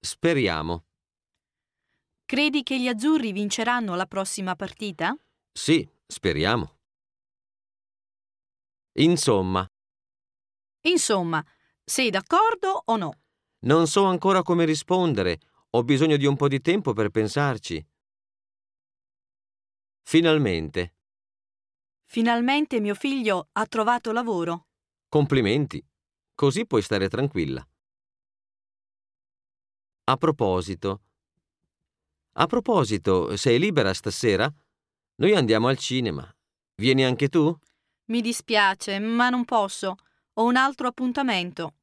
Speriamo. Credi che gli azzurri vinceranno la prossima partita? Sì, speriamo. Insomma, Insomma, sei d'accordo o no? non so ancora come rispondere. Ho bisogno di un po' di tempo per pensarci. Finalmente. Finalmente mio figlio ha trovato lavoro. Complimenti. Così puoi stare tranquilla. A proposito. A proposito, sei libera stasera? Noi andiamo al cinema. Vieni anche tu? Mi dispiace, ma non posso. Ho un altro appuntamento.